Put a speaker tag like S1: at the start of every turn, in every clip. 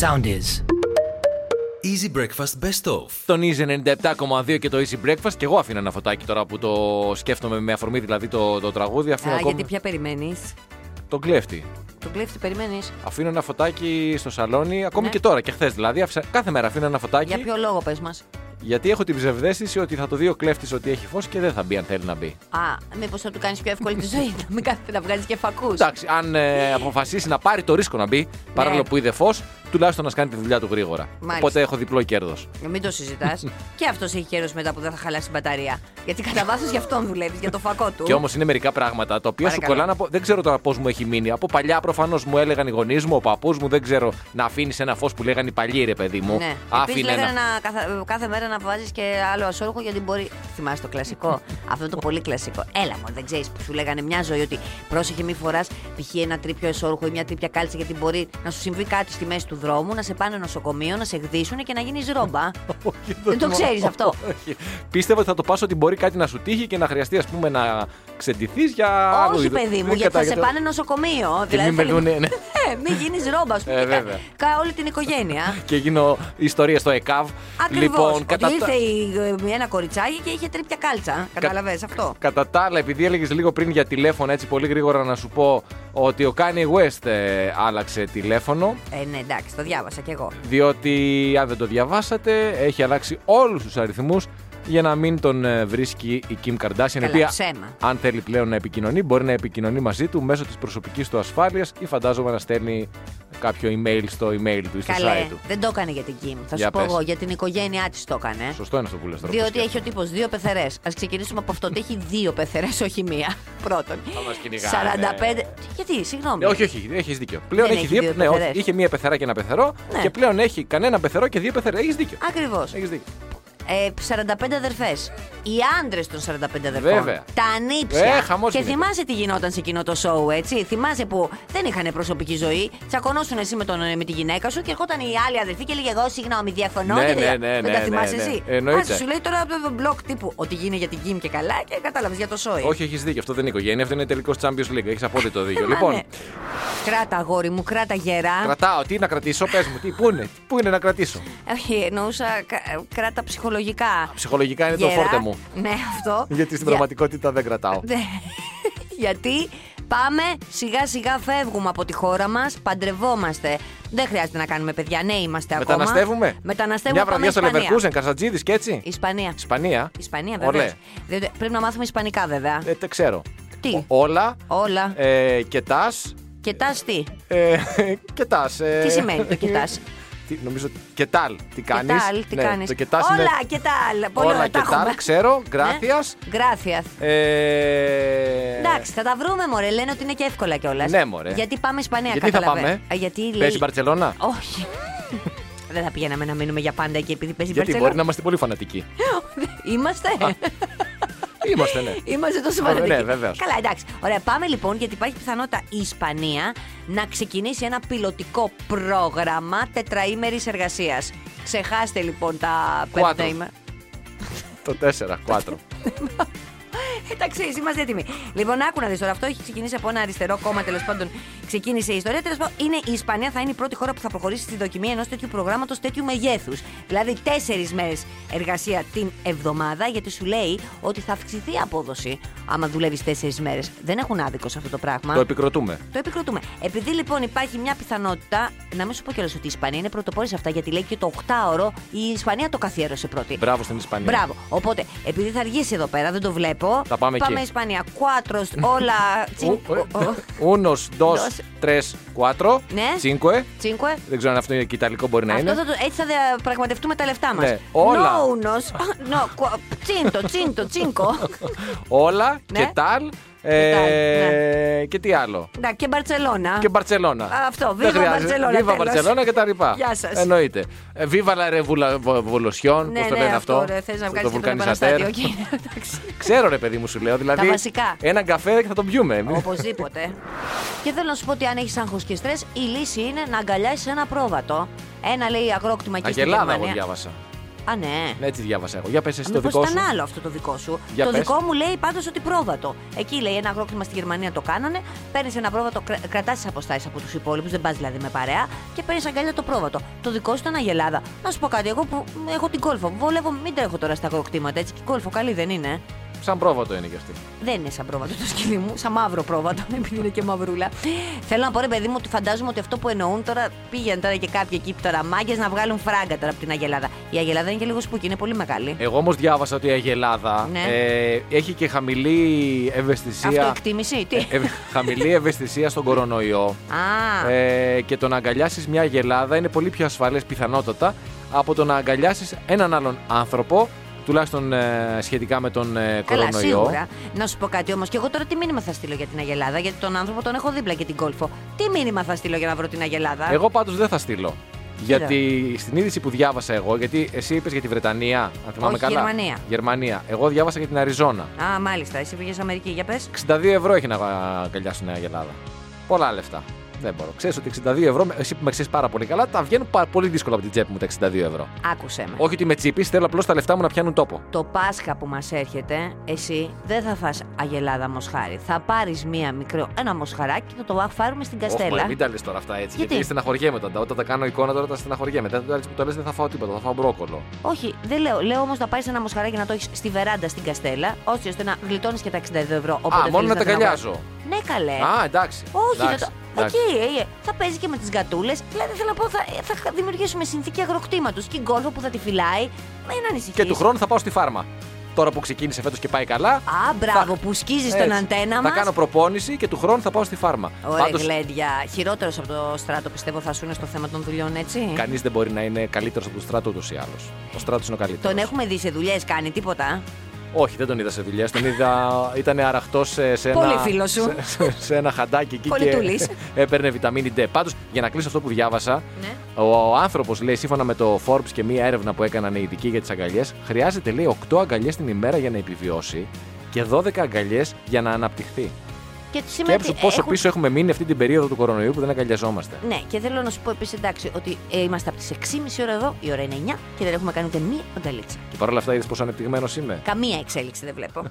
S1: sound is.
S2: Easy Breakfast Best Of.
S3: Τον Easy 97,2 και το Easy Breakfast. Και εγώ αφήνω ένα φωτάκι τώρα που το σκέφτομαι με αφορμή δηλαδή το, το τραγούδι. Αφήνω
S4: Α,
S3: ακόμη
S4: γιατί πια περιμένεις.
S3: τον κλέφτη.
S4: Το κλέφτη περιμένεις.
S3: Αφήνω ένα φωτάκι στο σαλόνι, ακόμη
S4: Ναι.
S3: και τώρα και χθες δηλαδή. άφησα- κάθε μέρα αφήνω ένα φωτάκι.
S4: Για ποιο λόγο πες μας.
S3: Γιατί έχω την ψευδέστηση ότι θα το δει ο κλέφτης ότι έχει φως και δεν θα μπει αν θέλει να μπει.
S4: Α, μήπως θα του κάνεις πιο εύκολη τη ζωή. Να μην κάθεται να βγάζει και φακούς.
S3: Εντάξει, αν
S4: Ναι.
S3: ε, αποφασίσει να πάρει το ρίσκο να μπει, παρόλο που είδε φως, τουλάχιστον να κάνει τη δουλειά του γρήγορα.
S4: Μάλιστα.
S3: Οπότε έχω διπλό κέρδος.
S4: Ε, Μην το συζητάς. και αυτός έχει καιρό μετά που δεν θα χαλάσει την μπαταρία. Γιατί κατά βάθος γι' αυτόν δουλεύεις, για το φακό του.
S3: Και όμως είναι μερικά πράγματα τα οποία
S4: Παρακαλώ.
S3: σου κολλάνε από. Δεν ξέρω τώρα πώς μου έχει μείνει. Από παλιά προφανώς μου έλεγαν οι γονείς μου, ο παππούς μου, δεν ξέρω να αφήνεις ένα φως που λέγανε οι παλιοί ρε παιδί μου.
S4: Ναι. Επίσης
S3: Άφηνε
S4: λέγανε
S3: ένα.
S4: να, κάθε, κάθε μέρα να βάζεις και άλλο ασόρχο γιατί μπορεί. Θυμάσαι το κλασικό. Αυτό το πολύ κλασικό. Έλα μου, δεν ξέρεις που σου λέγανε μια ζωή ότι πρόσεχε μη φοράς π.χ. ένα τρίπιο εσόρχο ή μια τρίπια κάλτσα γιατί μπορεί να σου συμβεί κάτι στη μέση του δρόμου, να σε πάνε νοσοκομείο, να σε εκδίσουν και να γίνεις ρόμπα. δεν το ξέρεις αυτό.
S3: Όχι. Πίστευα ότι θα το πάσω ότι μπορεί κάτι να σου τύχει και να χρειαστεί ας πούμε να ξεντηθείς για άλλο
S4: Όχι,
S3: είδος.
S4: παιδί μου,
S3: Δεν
S4: γιατί θα
S3: κατα-
S4: σε πάνε νοσοκομείο. Δηλαδή,
S3: Και μην με
S4: θέλει-
S3: δούνε, ναι.
S4: Ε, μην γίνεις ρόμπα, ας πούμε.
S3: Ε,
S4: και κα-
S3: βέβαια.
S4: κα- όλη την οικογένεια.
S3: Και γίνω ιστορία στο ΕΚΑΒ.
S4: Ακριβώς.
S3: Λοιπόν, κατά,
S4: ήρθε
S3: τα-
S4: η- ε, ένα κοριτσάκι και είχε τρίπια κάλτσα. Κατάλαβε αυτό.
S3: κατά τα άλλα, επειδή έλεγες λίγο πριν για τηλέφωνα, έτσι πολύ γρήγορα να σου πω ότι ο Kanye West ε, άλλαξε τηλέφωνο.
S4: Ε, ναι, εντάξει, το διάβασα κι εγώ.
S3: διότι αν δεν το διαβάσατε έχει αλλάξει όλους τους αριθμούς για να μην τον ε, βρίσκει η Kim Kardashian, η
S4: Καλά,
S3: οποία
S4: ψέμα.
S3: αν θέλει πλέον να επικοινωνεί, μπορεί να επικοινωνεί μαζί του μέσω της προσωπικής του ασφάλειας ή φαντάζομαι να στέλνει κάποιο email στο email του ή στο
S4: Καλέ,
S3: site του.
S4: δεν το έκανε για την Κιμ. Θα
S3: Για
S4: σου πω
S3: πες.
S4: εγώ, για την οικογένειά της το έκανε.
S3: Σωστό είναι αυτό που λες τώρα.
S4: Διότι έχει ο τύπος δύο πεθερές. Ας ξεκινήσουμε από αυτό ότι έχει δύο πεθερές, όχι μία. Πρώτον.
S3: Θα μας κυνηγάνε.
S4: 45. Γιατί, συγγνώμη.
S3: Ναι, όχι, όχι, έχεις δίκιο. Πλέον
S4: Δεν
S3: έχει
S4: έχει
S3: δύο.
S4: δύο
S3: ναι, όχι,
S4: πεθερές.
S3: είχε μία πεθερά και ένα πεθερό
S4: Ναι.
S3: και πλέον έχει κανένα πεθερό και δύο πεθερά. Έχεις δίκιο.
S4: Ακριβώς.
S3: Έχεις δίκιο.
S4: Ε, 45 αδερφές. Οι άντρες των 45 αδερφών.
S3: Βέβαια.
S4: Τα ανήψια.
S3: Ε, χαμός
S4: και
S3: γίνεται.
S4: θυμάσαι τι γινόταν σε εκείνο το σοου, έτσι. Θυμάσαι που δεν είχαν προσωπική ζωή. Τσακωνόσουν εσύ με, τον, με τη γυναίκα σου και ερχόταν η άλλη αδερφή και λέγε Εγώ συγγνώμη, διαφωνώ.
S3: Ναι,
S4: και
S3: ναι,
S4: δεν-
S3: ναι,
S4: δεν
S3: ναι,
S4: τα
S3: ναι,
S4: θυμάσαι
S3: ναι.
S4: εσύ.
S3: Εννοείται.
S4: Άσε, σου λέει τώρα το μπλοκ τύπου ότι γίνει για την Κιμ και καλά και κατάλαβες για το σοου.
S3: Όχι, έχεις δίκιο. Αυτό δεν είναι οικογένεια, αυτό είναι τελικός Champions League. Έχεις απόλυτο δίκιο.
S4: Μα, ναι.
S3: λοιπόν,
S4: Κράτα, αγόρι μου, κράτα γερά.
S3: Κρατάω, τι να κρατήσω, πες μου, τι, πού είναι, πού είναι να κρατήσω.
S4: Όχι, εννοούσα κα- κράτα ψυχολογικά.
S3: Ψυχολογικά είναι το
S4: Γερά.
S3: φόρτε μου.
S4: Ναι, αυτό.
S3: Γιατί στην
S4: Για-
S3: πραγματικότητα δεν κρατάω.
S4: Ναι. Γιατί πάμε, σιγά σιγά φεύγουμε από τη χώρα μας, παντρευόμαστε. Δεν χρειάζεται να κάνουμε παιδιά, ναι είμαστε ακόμα.
S3: Μεταναστεύουμε.
S4: Μεταναστεύουμε.
S3: Μια βραδιά στο
S4: πάμε Ισπανία.
S3: Λεβερκούζεν, Κασατζίδης και έτσι.
S4: Ισπανία.
S3: Ισπανία.
S4: Ισπανία,
S3: Ωραία.
S4: βέβαια. Διότι πρέπει να μάθουμε Ισπανικά, βέβαια.
S3: Ε, δεν ξέρω.
S4: Τι?
S3: Ο- όλα.
S4: Όλα.
S3: Ε, κοιτά.
S4: Και τας τι.
S3: Ε, κοιτάς, ε,
S4: Τι σημαίνει το κοιτάς?
S3: Τι, νομίζω. Κετάλ, τι κάνει.
S4: Κετάλ, τι κάνεις.
S3: Ναι, Το κοιτάς
S4: Όλα,
S3: είναι-
S4: κετάλ. Πολύ
S3: Όλα,
S4: ωραία, τα
S3: κετάλ,
S4: έχουμε.
S3: ξέρω. Gracias.
S4: Ναι. Gracias.
S3: Ε,
S4: Εντάξει, θα τα βρούμε, μωρέ. Λένε ότι είναι και εύκολα κιόλας.
S3: Ναι, μωρέ.
S4: Γιατί πάμε Ισπανία,
S3: Γιατί θα
S4: κατάλαβε.
S3: πάμε.
S4: ναι, Α, Γιατί λέει...
S3: Παίζει η Μπαρσελόνα.
S4: Όχι. Δεν θα πηγαίναμε να μείνουμε για πάντα εκεί επειδή παίζει η
S3: Γιατί μπορεί να είμαστε πολύ φανατικοί.
S4: Μπαρτσελόνα. Είμαστε.
S3: Είμαστε, ναι.
S4: Είμαστε τόσο
S3: Βέβαια,
S4: σημαντικοί.
S3: ναι, βεβαίως.
S4: Καλά, εντάξει. Ωραία, πάμε λοιπόν γιατί υπάρχει πιθανότητα η Ισπανία να ξεκινήσει ένα πιλωτικό πρόγραμμα τετραήμερης εργασίας. Ξεχάστε λοιπόν τα
S3: Κουάτρο.
S4: πέντε ημέρα.
S3: Το 4, 4.
S4: Εντάξει, Ε, είμαστε έτοιμοι. Λοιπόν, άκου να δεις τώρα. Αυτό έχει ξεκινήσει από ένα αριστερό κόμμα. Τέλος πάντων, ξεκίνησε η ιστορία. Τέλος πάντων, είναι η Ισπανία θα είναι η πρώτη χώρα που θα προχωρήσει στη δοκιμή ενός τέτοιου προγράμματος τέτοιου μεγέθους. Δηλαδή, τέσσερις μέρες εργασία την εβδομάδα, γιατί σου λέει ότι θα αυξηθεί η απόδοση άμα δουλεύεις τέσσερις μέρες. Δεν έχουν άδικο σε αυτό το πράγμα.
S3: Το επικροτούμε.
S4: Το επικροτούμε. Επειδή λοιπόν υπάρχει μια πιθανότητα, να μην σου πω κιόλας ότι η Ισπανία είναι πρωτοπόρης σε αυτά, γιατί λέει και το 8ωρο η Ισπανία το καθιέρωσε πρώτη.
S3: Μπράβο στην Ισπανία.
S4: Μπράβο. Οπότε, επειδή θα αργήσει εδώ πέρα, δεν το βλέπω.
S3: Ναι. Θα πάμε εκεί.
S4: Ισπανία. Κουάτρο, όλα. τσιν- ο- ο-
S3: Uno, dos,
S4: Dos.
S3: tres, cuatro.
S4: Ναι.
S3: Cinque.
S4: Τσίνκουε.
S3: Δεν ξέρω αν αυτό είναι και ιταλικό μπορεί να
S4: Αυτό
S3: είναι.
S4: θα το, έτσι θα διαπραγματευτούμε τα λεφτά μας.
S3: Ναι, όλα.
S4: No, unos, no, cua- τσίντο, τσίντο, τσίνκο.
S3: Όλα
S4: Ναι.
S3: και τάλ.
S4: τάλ,
S3: Και τι άλλο.
S4: Να, και Μπαρσελόνα.
S3: Και Μπαρσελόνα.
S4: Α, αυτό,
S3: Δεν
S4: βίβα
S3: χρειάζεται.
S4: Μπαρτσελώνα,
S3: Βίβα
S4: τέλος.
S3: Μπαρσελόνα και τα λοιπά.
S4: Γεια σας.
S3: Εννοείται. Ε, Βίβα la revolution.
S4: Ναι,
S3: Πώς το
S4: ναι,
S3: λένε αυτό.
S4: ρε, θες να
S3: Το
S4: βγάλεις και τον
S3: βουλκανιζατέρ.
S4: επαναστάτη, οκ, εντάξει.
S3: Ξέρω ρε παιδί μου σου λέω. Δηλαδή
S4: βασικά.
S3: έναν καφέ και θα τον πιούμε.
S4: Οπωσδήποτε. και θέλω να σου πω ότι αν έχεις άγχος και στρες, η λύση είναι να αγκαλιάσεις ένα πρόβατο. Ένα λέει αγρόκτημα εκεί στην
S3: Αγελάδα εγώ
S4: Γερμανία.
S3: διάβασα.
S4: Α, ναι.
S3: Ναι, έτσι διάβασα εγώ. Για πες εσύ το
S4: Μήπως
S3: δικό
S4: ήταν
S3: σου.
S4: άλλο αυτό το δικό σου.
S3: Για
S4: το
S3: πες.
S4: δικό μου λέει πάντως ότι πρόβατο. Εκεί λέει ένα αγρόκτημα στη Γερμανία το κάνανε. Παίρνεις ένα πρόβατο, κρα, κρατάς τις αποστάσεις από τους υπόλοιπους, δεν πας δηλαδή με παρέα και παίρνεις αγκαλιά το πρόβατο. Το δικό σου ήταν αγελάδα. Να σου πω κάτι, εγώ που έχω την κόλφο. Βολεύω, μην τρέχω τώρα στα αγροκτήματα έτσι. Και η κόλφο καλή δεν είναι.
S3: Σαν πρόβατο είναι κι αυτή.
S4: Δεν είναι σαν πρόβατο το σκυλί μου, σαν μαύρο πρόβατο, επειδή είναι και μαυρούλα. Θέλω να πω ρε παιδί μου ότι φαντάζομαι ότι αυτό που εννοούν τώρα πήγαινε τώρα και κάποιοι εκεί τώρα μάγκες να βγάλουν φράγκα τώρα από την Αγελάδα. Η Αγελάδα είναι και λίγο σπούκι, είναι πολύ μεγάλη.
S3: Εγώ όμως διάβασα ότι η Αγελάδα
S4: Ναι.
S3: ε, έχει και χαμηλή ευαισθησία.
S4: Αυτοεκτίμηση, τι.
S3: ε, ε, χαμηλή ευαισθησία στον κορονοϊό.
S4: Α,
S3: Ε, και το να αγκαλιάσεις μια γελάδα είναι πολύ πιο ασφαλές πιθανότατα από το να αγκαλιάσεις έναν άλλον άνθρωπο, τουλάχιστον ε, σχετικά με τον ε,
S4: καλά,
S3: κορονοϊό.
S4: σίγουρα. Να σου πω κάτι όμως. Και εγώ τώρα τι μήνυμα θα στείλω για την Αγελάδα, γιατί τον άνθρωπο τον έχω δίπλα και την κόλφο. Τι μήνυμα θα στείλω για να βρω την Αγελάδα.
S3: Εγώ πάντως δεν θα στείλω. Γιατί στην είδηση που διάβασα εγώ, γιατί εσύ είπες για τη Βρετανία, αν θυμάμαι
S4: Όχι,
S3: καλά.
S4: Γερμανία.
S3: Γερμανία. Εγώ διάβασα για την Αριζόνα.
S4: Α, μάλιστα, εσύ πήγες Αμερική, για πες.
S3: 62 ευρώ έχει να αγκαλιάσουν η Νέα Ελλάδα. Πολλά λεφτά. Δεν μπορώ. Ξέρεις ότι 62 ευρώ, εσύ που με ξέρεις πάρα πολύ καλά, τα βγαίνουν πα- πολύ δύσκολα από την τσέπη μου τα 62 ευρώ.
S4: Άκουσε με.
S3: Όχι ότι με τσίπη, θέλω απλώς τα λεφτά μου να πιάνουν τόπο.
S4: Το Πάσχα που μας έρχεται, εσύ δεν θα φας αγελάδα μοσχάρι. Θα πάρεις μία μικρό, ένα μοσχαράκι και θα το φάρουμε στην
S3: Όχι,
S4: Καστέλα.
S3: μωρέ, Μην τα λες τώρα αυτά έτσι.
S4: Γιατί?
S3: Γιατί, στεναχωριέμαι μετά. Όταν τα κάνω εικόνα τώρα τα στεναχωριέμαι. Δεν τα λες που το λες, δεν θα φάω τίποτα. Θα φάω μπρόκολο.
S4: Όχι, δεν λέω. Λέω όμως να πάρεις ένα μοσχαράκι να το έχεις στη βεράντα στην Καστέλα, ώστε, ώστε να γλιτώνεις και τα 62 ευρώ. όποτε
S3: Α, μόνο
S4: θέλεις
S3: να τα
S4: την αγοράσεις.
S3: αγκαλιάζω.
S4: Ναι, καλέ.
S3: Α, εντάξει.
S4: Όχι,
S3: εντάξει,
S4: θα το-
S3: εντάξει.
S4: εκεί ε, θα παίζει και με τις γκατούλε. Δηλαδή θέλω να πω, θα, θα δημιουργήσουμε συνθήκη αγροκτήματος και η γκόλφο που θα τη φυλάει. Μην ανησυχείς.
S3: Και του χρόνου θα πάω στη φάρμα. Τώρα που ξεκίνησε φέτος και πάει καλά.
S4: Α, μπράβο, που σκίζεις τον
S3: έτσι,
S4: αντένα
S3: Θα
S4: μας.
S3: κάνω προπόνηση και του χρόνου θα πάω στη φάρμα.
S4: Ωραία, γλέντια. Χειρότερος από το στράτο πιστεύω θα σου είναι στο θέμα των δουλειών, έτσι.
S3: κανείς δεν μπορεί να είναι καλύτερος από τον στράτο ούτως ή άλλως. Ο στράτος είναι ο καλύτερος.
S4: Τον έχουμε δει σε δουλειές, κάνει τίποτα.
S3: Όχι, δεν τον είδα σε δουλειά. Τον είδα. ήταν αραχτός σε, σε
S4: Πολύ
S3: ένα.
S4: φίλος σου.
S3: σε- Σε, σε ένα χαντάκι εκεί.
S4: Πολυτουλής.
S3: και έπαιρνε βιταμίνη D. Πάντως, για να κλείσω αυτό που διάβασα,
S4: Ναι.
S3: ο άνθρωπος λέει, σύμφωνα με το Forbes και μία έρευνα που έκαναν οι ειδικοί για τις αγκαλιές, χρειάζεται λέει 8 αγκαλιές την ημέρα για να επιβιώσει και 12 αγκαλιές για να αναπτυχθεί.
S4: Και
S3: Και
S4: σήμερα.
S3: έψου
S4: τι-
S3: πόσο
S4: έχουν-
S3: πίσω έχουμε μείνει αυτή την περίοδο του κορονοϊού που δεν αγκαλιαζόμαστε.
S4: Ναι, και θέλω να σου πω επίσης εντάξει ότι ε, είμαστε από τις 6.30 ώρα εδώ, η ώρα είναι 9 και δεν έχουμε κάνει ούτε μία αγκαλίτσα.
S3: Και παρόλα αυτά είδες πόσο ανεπτυγμένος είμαι.
S4: Καμία εξέλιξη δεν βλέπω.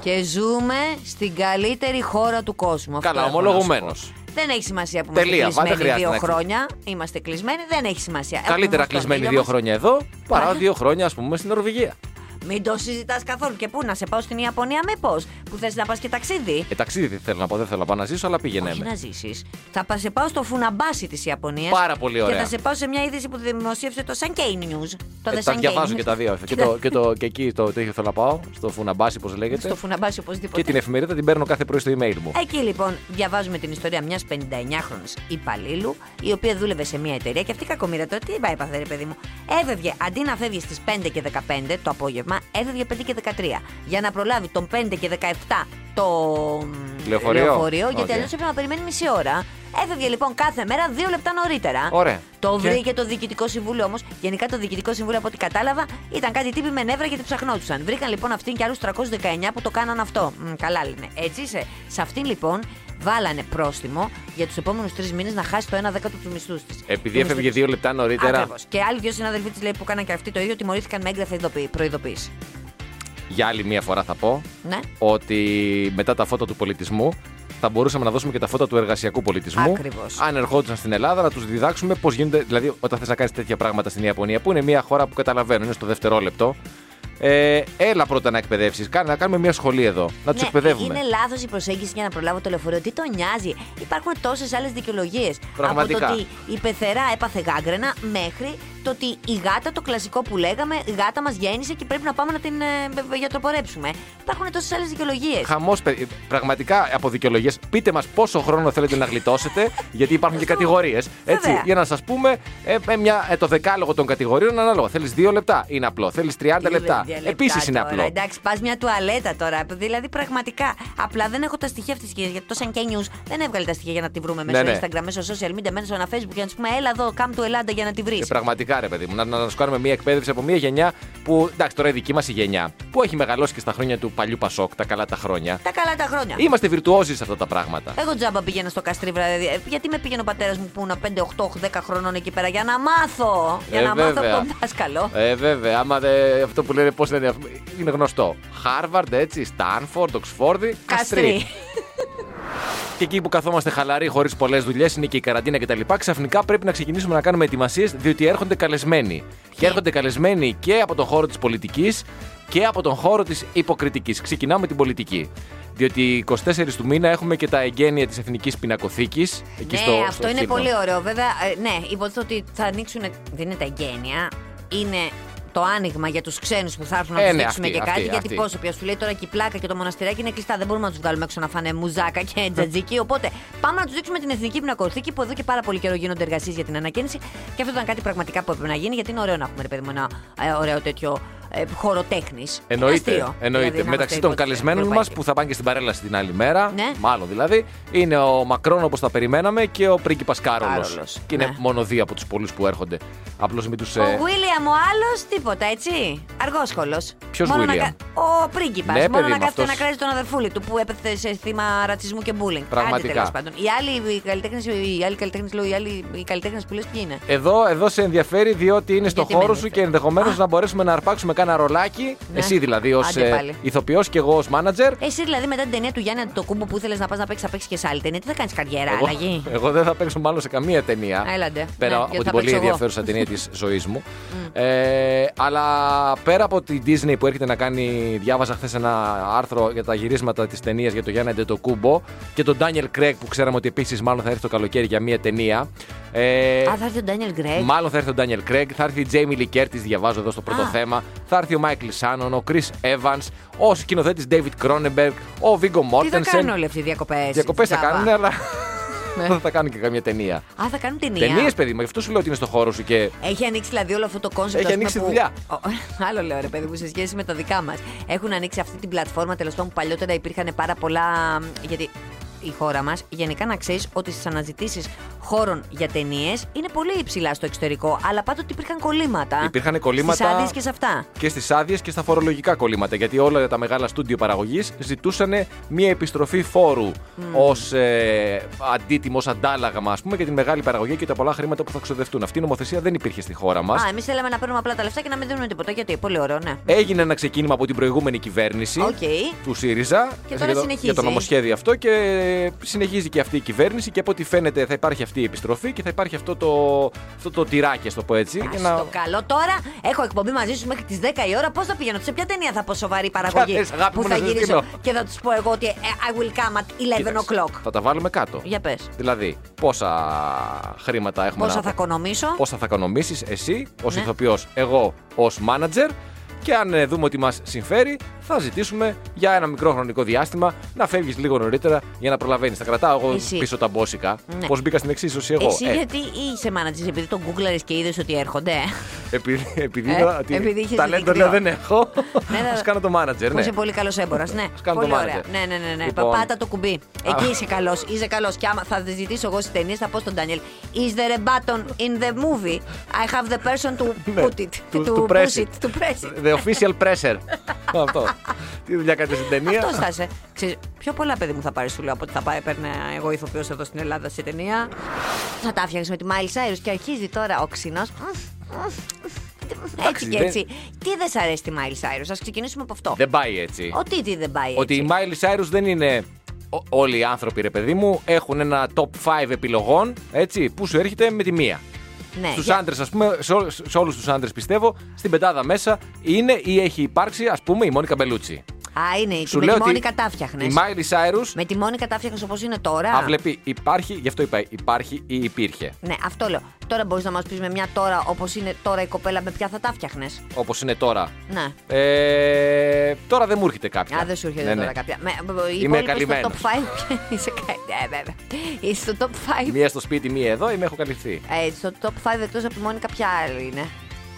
S4: και ζούμε στην καλύτερη χώρα του κόσμου. Αυτό
S3: Καλά,
S4: έχω να σου
S3: ομολογουμένος.
S4: πω. Δεν έχει σημασία που είμαστε
S3: Τελεία, βα, δεν
S4: κλεισμένοι δύο
S3: χρειάζεται να-
S4: χρόνια. Είμαστε κλεισμένοι, δεν έχει σημασία. Έχουμε
S3: Καλύτερα
S4: αυτό το
S3: κλεισμένοι
S4: ήλιο
S3: δύο
S4: Ε, μας.
S3: χρόνια εδώ παρά
S4: Παρά-
S3: δύο χρόνια, ας πούμε, στην Νορβηγία.
S4: Μην το συζητάς καθόλου. Και πού να σε πάω στην Ιαπωνία, μήπως. Που θες να πας και ταξίδι.
S3: Ε, ταξίδι δεν θέλω να πω, δεν θέλω να πάω να ζήσω, αλλά πήγαινε
S4: Όχι
S3: με.
S4: να ζήσεις. Θα πα- σε πάω στο φουναμπάσι της Ιαπωνίας.
S3: Πάρα πολύ ωραία.
S4: Και θα σε πάω σε μια είδηση που δημοσίευσε το Sankei News. Το
S3: Ε,
S4: The
S3: τα
S4: Sankei
S3: διαβάζω
S4: News.
S3: και τα δύο. και,
S4: Κοίτα,
S3: το, και, το, και εκεί το τέτοιο θέλω να πάω, στο φουναμπάσι, όπως λέγεται.
S4: Στο φουναμπάσι οπωσδήποτε.
S3: Και την εφημερίδα την παίρνω κάθε πρωί στο email μου.
S4: Εκεί λοιπόν διαβάζουμε την ιστορία μιας 59χρονη υπαλλήλου, η οποία δούλευε σε μια εταιρεία και αυτή η κακομοίρα τώρα τι είπα, έπαθε, ρε παιδί μου. Έφευγε αντί να φεύγει στις 5 και 15 το απόγευμα, έφευγε 5 και 13 για να προλάβει τον 5 και 17 το μ,
S3: Λεωφορείο.
S4: γιατί
S3: Οκ.
S4: αλλιώς έπρεπε να περιμένει μισή ώρα. Έφευγε λοιπόν κάθε μέρα δύο λεπτά νωρίτερα.
S3: Ωραία.
S4: Το
S3: Και-
S4: βρήκε το Διοικητικό Συμβούλιο όμως. Γενικά το Διοικητικό Συμβούλιο, από ό,τι κατάλαβα, ήταν κάτι τύποι με νεύρα γιατί ψαχνόντουσαν. Βρήκαν λοιπόν αυτήν και άλλους 319 που το κάναν αυτό. Μ, καλά λένε. Έτσι είσαι. Σε αυτήν λοιπόν βάλανε πρόστιμο για τους επόμενους τρεις μήνες να χάσει το 1 δέκατο του μισθού της.
S3: Επειδή έφευγε δύο λεπτά νωρίτερα.
S4: Ακριβώς. Και άλλοι δύο συναδελφοί της λέει που κάναν και αυτοί το ίδιο, τιμωρήθηκαν με έγγραφα ειδοποιη- προειδοποίηση.
S3: Για άλλη μία φορά θα πω
S4: Ναι.
S3: ότι μετά τα φώτα του πολιτισμού θα μπορούσαμε να δώσουμε και τα φώτα του εργασιακού πολιτισμού.
S4: Ακριβώς.
S3: Αν ερχόντουσαν στην Ελλάδα, να τους διδάξουμε πώς γίνονται. Δηλαδή, όταν θες να κάνεις τέτοια πράγματα στην Ιαπωνία, που είναι μια χώρα που καταλαβαίνω, είναι στο δευτερόλεπτο. Ε, έλα πρώτα να εκπαιδεύσεις. Να κάνουμε μια σχολή εδώ. Να τους
S4: ναι,
S3: εκπαιδεύουμε.
S4: Είναι λάθος η προσέγγιση για να προλάβω το λεωφορείο. Τι τον νοιάζει. Υπάρχουν τόσες άλλες δικαιολογίες. Από το
S3: Πραγματικά.
S4: ότι η πεθερά έπαθε γάγκρενα μέχρι το ότι η γάτα, το κλασικό που λέγαμε, η γάτα μας γέννησε και πρέπει να πάμε να την ε, γιατροπορέψουμε. Υπάρχουν τόσες άλλες δικαιολογίες.
S3: Χαμός, πραγματικά από δικαιολογίες. Πείτε μας πόσο χρόνο θέλετε να γλιτώσετε, γιατί υπάρχουν και κατηγορίες. Έτσι,
S4: Βέβαια.
S3: για να σας πούμε ε, ε, μια, ε, το δεκάλογο των κατηγορίων ανάλογα. Θέλεις 2 λεπτά, είναι απλό. Θέλεις 30 λεπτά. Επίσης είναι απλό.
S4: δηλαδή, Εντάξει, πας μια τουαλέτα τώρα. Δηλαδή, πραγματικά. Απλά δεν έχω τα στοιχεία αυτής της κυρία. Γιατί το σαν και news δεν έβγαλε τα στοιχεία για να τη βρούμε μέσω
S3: Ναι, ναι.
S4: Instagram, μέσω social media, μέσω ένα Facebook. Για να τη πούμε, έλα εδώ, come to Ελλάδα για να τη βρεις.
S3: Ε, πραγματικά πραγματικά, ρε παιδί μου. Να, να, να σου κάνουμε μια εκπαίδευση από μια γενιά που. Εντάξει, τώρα η δική μας η γενιά που έχει μεγαλώσει και στα χρόνια του παλιού Πασόκ, τα καλά τα χρόνια.
S4: Τα καλά τα χρόνια.
S3: Είμαστε βιρτουόζοι σε αυτά τα πράγματα.
S4: Εγώ τζάμπα πήγαινα στο καστρίβρα. Δηλαδή. ε, Γιατί με πήγαινε ο πατέρας μου που ήμουν 5, 8, 10 χρονών εκεί πέρα για να μάθω. για
S3: Ε,
S4: να μάθω
S3: βέβαια.
S4: από τον δάσκαλο.
S3: Ε, βέβαια, άμα δε, αυτό που λένε πώς λένε. Είναι γνωστό. Χάρβαρντ, έτσι, Στάνφορντ, Οξφόρδη, Καστρί.
S4: Καστρί.
S3: Και εκεί που καθόμαστε χαλαροί, χωρίς πολλές δουλειές, είναι και η καραντίνα κτλ. Ξαφνικά πρέπει να ξεκινήσουμε να κάνουμε ετοιμασίες, διότι έρχονται καλεσμένοι. Και έρχονται καλεσμένοι και από τον χώρο της πολιτικής και από τον χώρο της υποκριτικής. Ξεκινάμε την πολιτική. Διότι 24 του μήνα έχουμε και τα εγγένεια της Εθνικής Πινακοθήκης. Εκεί
S4: ναι,
S3: στο,
S4: αυτό
S3: στο
S4: είναι
S3: Χίρνο.
S4: πολύ ωραίο. Βέβαια, ε, ναι, υποθέτω ότι θα ανοίξουν. Δεν είναι τα εγγένεια. Είναι το άνοιγμα για τους ξένους που θα έρθουν να
S3: Ε,
S4: τους
S3: ναι,
S4: δείξουμε
S3: αυτοί,
S4: και κάτι.
S3: αυτοί,
S4: γιατί
S3: αυτοί.
S4: πόσο πια σου λέει τώρα και η πλάκα και το μοναστηράκι είναι κλειστά. Δεν μπορούμε να τους βγάλουμε έξω να φάνε μουζάκα και τζατζίκι. Οπότε πάμε να τους δείξουμε την εθνική πινακοθήκη που εδώ και πάρα πολύ καιρό γίνονται εργασίες για την ανακαίνιση. Και αυτό ήταν κάτι πραγματικά που έπρεπε να γίνει γιατί είναι ωραίο να έχουμε ρε παιδί μου ένα ε, ωραίο τέτοιο ε, χώρο τέχνη.
S3: Εννοείται. εννοείται.
S4: Δηλαδή,
S3: Μεταξύ των καλεσμένων μα που θα πάνε και στην παρέλαση την άλλη μέρα,
S4: Ναι.
S3: μάλλον δηλαδή, είναι ο Μακρόν όπως τα περιμέναμε και ο πρίγκιπας Κάρολος.
S4: Κάρολος,
S3: Και είναι
S4: ναι.
S3: μόνο δύο από τους πολλούς που έρχονται. Απλώς μην ε, τους.
S4: Ο Βίλιαμ ο άλλος τίποτα, έτσι. Αργόσχολος.
S3: Ποιος William?
S4: Ο πρίγκιπας.
S3: Ναι,
S4: Μόνο
S3: παιδί
S4: να
S3: μου,
S4: κάθεται
S3: αυτός-
S4: να κράζει τον αδερφούλη του που έπεθε σε θύμα ρατσισμού και μπούλινγκ.
S3: Πραγματικά.
S4: Άντε, τέλος πάντων. Οι άλλοι οι καλλιτέχνες, οι άλλοι καλλιτέχνες, λέω, οι άλλοι οι καλλιτέχνες που λες, ποιοι είναι.
S3: Εδώ, εδώ σε ενδιαφέρει διότι είναι στο
S4: Γιατί με
S3: χώρο σου
S4: ενδιαφέρει.
S3: και ενδεχομένως να μπορέσουμε να αρπάξουμε κάνα ρολάκι.
S4: Ναι.
S3: Εσύ δηλαδή ως
S4: Άντε πάλι.
S3: ηθοποιός και εγώ ως μάνατζερ.
S4: Εσύ δηλαδή μετά την ταινία του Γιάννη Αντιτοκούμπο που ήθελες να πας να παίξεις, θα παίξεις και σε άλλη ταινία. Τι θα κάνεις καριέρα,
S3: Εγώ,
S4: αλλαγή.
S3: εγώ δεν θα παίξω μάλλον σε καμία ταινία.
S4: Έλαντε. Ναι,
S3: Πέρα
S4: γιατί
S3: από
S4: θα
S3: την πολύ
S4: παίξω εγώ.
S3: ενδιαφέρουσα ταινία της ζωής μου. ε, αλλά πέρα από την Disney που έρχεται να κάνει. Διάβαζα χθες ένα άρθρο για τα γυρίσματα της ταινίας για το Γιάννη Αντετοκούμπο και τον Daniel Craig που ξέραμε ότι επίσης μάλλον θα έρθει το καλοκαίρι για μία ταινία. Ε,
S4: Α, θα έρθει ο Ντάνιελ Γκρέκ.
S3: Μάλλον θα έρθει ο Ντάνιελ Κρέγκ, θα έρθει η Τζέιμι Λικέρτη, διαβάζω εδώ στο πρώτο
S4: Α.
S3: θέμα. Θα έρθει ο Μάικλ Σάνον, ο Κρι Evans, ο σκηνοθέτης David Κρόνεμπεργκ, ο Βίγκο
S4: Τι θα κάνουν
S3: Μόρτενσεν.
S4: όλοι αυτοί οι διακοπές.
S3: Διακοπές θα κάνουν, αλλά. δεν θα κάνουν και καμία ταινία.
S4: Α, θα κάνουν ταινία.
S3: Ταινίες, παιδί μου, γι' αυτό σου λέω ότι είναι στο χώρο σου και.
S4: Έχει ανοίξει δηλαδή όλο αυτό το κόνσεπτ.
S3: Έχει ανοίξει
S4: που...
S3: δουλειά.
S4: Ο- Άλλο λέω ρε παιδί μου σε σχέση με τα δικά μας. Έχουν ανοίξει αυτή την πλατφόρμα τέλος πάντων που παλιότερα υπήρχαν πάρα πολλά. Γιατί η χώρα μας, γενικά να ξέρεις ότι στις αναζητήσεις χώρων για ταινίες είναι πολύ υψηλά στο εξωτερικό. Αλλά πάντοτε υπήρχαν κολλήματα.
S3: Υπήρχαν κολλήματα.
S4: Στι άδειες και σε αυτά.
S3: και στις άδειες και στα φορολογικά κολλήματα. Γιατί όλα τα μεγάλα στούντιο παραγωγής ζητούσαν μια επιστροφή φόρου ως ως ε, αντίτιμο, ως αντάλλαγμα, ας πούμε, για την μεγάλη παραγωγή και τα πολλά χρήματα που θα ξοδευτούν. Αυτή η νομοθεσία δεν υπήρχε στη χώρα μας.
S4: Α, εμείς θέλαμε να παίρνουμε απλά τα λεφτά και να μην δίνουμε τίποτα. Γιατί πολύ ωραίο, ναι.
S3: Έγινε ένα ξεκίνημα από την προηγούμενη κυβέρνηση
S4: Οκ.
S3: του ΣΥΡΙΖΑ
S4: Και τώρα
S3: για, το,
S4: συνεχίζει.
S3: για το νομοσχέδιο αυτό και συνεχίζει και αυτή η κυβέρνηση και από ό,τι φαίνεται θα υπάρχει αυτή η επιστροφή και θα υπάρχει αυτό το, αυτό το τυράκι, ας το πω έτσι.
S4: Ας
S3: για να-
S4: το καλό τώρα. Έχω εκπομπή μαζί σου μέχρι τις 10 η ώρα. Πώς θα πηγαίνω, σε ποια ταινία θα πω σοβαρή παραγωγή
S3: θες, αγάπη
S4: που
S3: μου,
S4: θα
S3: να σε
S4: γυρίσω
S3: σκηνώ.
S4: και θα τους πω εγώ ότι ε, I will come at 11
S3: Κοίταξε,
S4: o'clock.
S3: Θα τα βάλουμε κάτω.
S4: Για πες.
S3: Δηλαδή, πόσα χρήματα έχουμε
S4: Πόσα
S3: να...
S4: θα οικονομήσω.
S3: Πόσα θα οικονομήσεις εσύ ως
S4: Ναι.
S3: ηθοποιός, εγώ ως manager. Και αν ε, δούμε ότι μας συμφέρει, θα ζητήσουμε για ένα μικρό χρονικό διάστημα να φεύγεις λίγο νωρίτερα για να προλαβαίνεις. Θα κρατάω εγώ
S4: Εσύ.
S3: πίσω τα μπόσικα.
S4: Ναι.
S3: Πώς μπήκα στην εξίσωση εγώ.
S4: Εσύ
S3: Ε,
S4: γιατί είσαι mάνατζης, επειδή τον γκούγκλαρες και είδες ότι έρχονται. ε.
S3: επειδή επειδή,
S4: Ε,
S3: είδα ότι
S4: επειδή είχες
S3: ταλέντο
S4: δίκτυο.
S3: λέω δεν έχω.
S4: Ναι, ναι.
S3: Ας κάνω το manager.
S4: Που
S3: Ναι.
S4: είσαι πολύ καλός έμπορας. Ναι,
S3: Ας κάνω
S4: πολύ
S3: το
S4: ωραία.
S3: manager.
S4: Ναι, ναι, ναι. ναι.
S3: Λοιπόν.
S4: Πάτα το κουμπί. Εκεί είσαι καλός. Είσαι καλός. Και άμα θα ζητήσω εγώ στις ταινίες, θα πω στον Ντάνιελ. Is there a button in the movie? I have the person to
S3: Ναι,
S4: put it.
S3: to-
S4: To
S3: to
S4: push
S3: press
S4: it.
S3: it.
S4: To press it.
S3: The official pressure. Αυτό. Τι δουλειά κάνετε στην ταινία.
S4: Αυτός θα είσαι. Ξέρεις, πιο πολλά παιδί μου θα πάρει, σου λέω, από ότι θα πάρει. Παίρνει εγώ ηθοποιός εδώ στην Ελλάδα σε ταινία. Θα τα φτιάξεις με τη Μάιλ Σάιρου και αρχίζει τώρα ο ξινός. Έτσι
S3: Εντάξει,
S4: και
S3: δεν-
S4: έτσι. Τι δεν σ' αρέσει τη Μάιλ Σάιρου, ας ξεκινήσουμε από αυτό.
S3: Δεν πάει έτσι.
S4: Ότι τι δεν πάει
S3: Ότι
S4: έτσι.
S3: η Miley Cyrus δεν είναι. ό- Όλοι οι άνθρωποι, ρε παιδί μου, έχουν ένα top 5 επιλογών έτσι, που σου έρχεται με τη μία.
S4: Ναι,
S3: Στους
S4: για-
S3: άντρες, ας πούμε, σε, ό, σε όλους τους άντρες πιστεύω, στην πεντάδα μέσα είναι ή έχει υπάρξει, ας πούμε, η Μόνικα Μπελούτσι.
S4: Α, είναι.
S3: Σου
S4: με
S3: λέω
S4: τη μόνη
S3: ότι
S4: κατάφτιαχνε.
S3: Η Miley Cyrus,
S4: Με τη μόνη κατάφτιαχνε όπως είναι τώρα.
S3: α, βλέπει, υπάρχει, γι' αυτό είπα, υπάρχει ή υπήρχε.
S4: Ναι, αυτό λέω. Τώρα μπορείς να μας πεις με μια τώρα όπως είναι τώρα η κοπέλα με ποια θα τα φτιάχνες.
S3: Όπως είναι τώρα.
S4: Ναι.
S3: Ε, τώρα δεν μου έρχεται κάποια.
S4: Α, δεν σου έρχεται
S3: Ναι, ναι.
S4: τώρα κάποια. Με, οι
S3: Είμαι
S4: υπόλοιποι
S3: καλυμμένος.
S4: Στο top 5. είσαι, κα- ε, βέβαια. Είσαι στο top 5.
S3: Μία στο σπίτι, μία εδώ ή με έχω καλυφθεί.
S4: Ε, στο top 5 εκτός από τη Μόνικα, ποια άλλη είναι.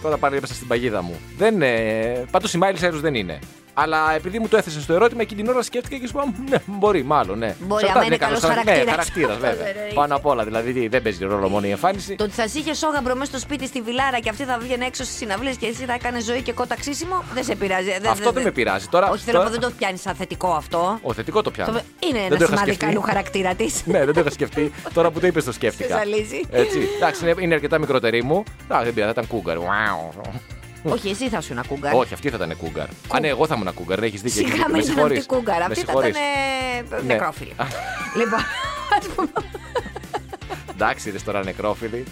S3: Τώρα πάλι έπεσα στην παγίδα μου. Δεν. Ε, Πάντως η Miley Cyrus δεν είναι. Αλλά επειδή μου το έθεσες στο ερώτημα, εκείνη την ώρα σκέφτηκα και σου είπα: «Μ, Ναι, μπορεί, μάλλον, ναι.
S4: Μπορεί,
S3: Σε αυτά
S4: άμα
S3: είναι
S4: είναι
S3: καλός
S4: καλός
S3: χαρακτήρας. Ναι,
S4: χαρακτήρας.
S3: χαρακτήρας,
S4: Αυτό, ρε,
S3: βέβαια. Πάνω απ' όλα, δηλαδή τι, δεν παίζει ρόλο μόνο η εμφάνιση.
S4: Το ότι θα σε είχε σόγαμπρο μέσα στο σπίτι στη βιλάρα και αυτή θα βγαίνει έξω στις συναυλίες και εσύ θα έκανε ζωή και κότα ξύσιμο, δεν σε πειράζει.
S3: Αυτό δεν με πειράζει. Τώρα,
S4: Όχι, θέλω να
S3: τώρα-
S4: πω, δεν το πιάνεις σαν θετικό αυτό.
S3: Ο θετικό το πιάνω.
S4: Το- Είναι
S3: Δεν
S4: ένα
S3: το είχα
S4: σημάδι
S3: σκεφτεί.
S4: καλού χαρακτήρα της.
S3: ναι, δεν το είχα σκεφτεί. Τώρα που το είπες, το σκέφτηκα.
S4: Σε ζαλίζει.
S3: Έτσι. Εντάξει, είναι, είναι αρκετά μικρότερη μου. Α, δεν πειράζει, θα ήταν κούγκαρ. Wow.
S4: Όχι, εσύ θα σου να κούγκαρ.
S3: Όχι, αυτή θα ήταν κούγκαρ. Α, ναι, εγώ θα ήμουν κούγκαρ. Έχεις δίκιο. με
S4: Σιγά μην ήταν αυτή
S3: συγχωρείς.
S4: η κούγκαρα.
S3: Με
S4: Αυτή θα ήταν
S3: συγχωρείς.
S4: ε,
S3: Ναι.
S4: νεκρόφιλη. Λοιπόν, ας πούμε,
S3: Εντάξει, είδες τώρα νεκρόφιλοι.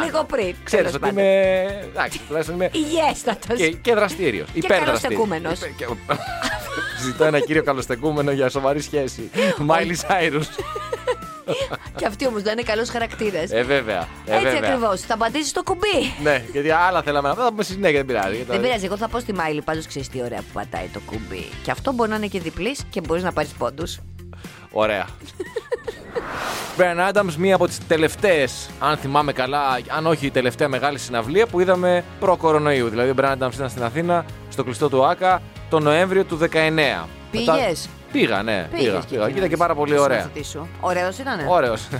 S4: Ε, λίγο πριν,
S3: Ξέρεις
S4: τέλος
S3: ότι
S4: πάντων.
S3: είμαι. Εντάξει, τουλάχιστον είμαι.
S4: υγιέστατος.
S3: και, και δραστήριος.
S4: καλοστεκούμενος.
S3: Ζητώ ένα κύριο καλοστεκούμενο για σοβαρή σχέση. Μάιλι Σάιρου.
S4: Και αυτή όμω να είναι καλό χαρακτήρα.
S3: Ε, βέβαια. Ε,
S4: Έτσι
S3: βέβαια.
S4: ακριβώς. Θα πατήσει το κουμπί.
S3: Ναι, γιατί άλλα θέλαμε να πούμε. Θα πούμε συνέχεια, δεν πειράζει.
S4: Δεν πειράζει, εγώ θα πω στη Μάιλι πάντως ξέρεις τι ωραία που πατάει το κουμπί. Και αυτό μπορεί να είναι και διπλής και μπορείς να πάρεις πόντους.
S3: Ωραία. Brian Adams, μία από τις τελευταίες, αν θυμάμαι καλά, αν όχι η τελευταία μεγάλη συναυλία που είδαμε προ-κορονοϊού. Δηλαδή, ο Brian Adams ήταν στην Αθήνα, στο κλειστό του Άκα, τον Νοέμβριο του 19.
S4: Πήγες?
S3: Μετά- Πήγα, ναι. Πήγα, πήγα. Κοίτα και πάρα πολύ ωραία.
S4: Ωραίο ήταν.
S3: Ωραίος.
S4: Ναι.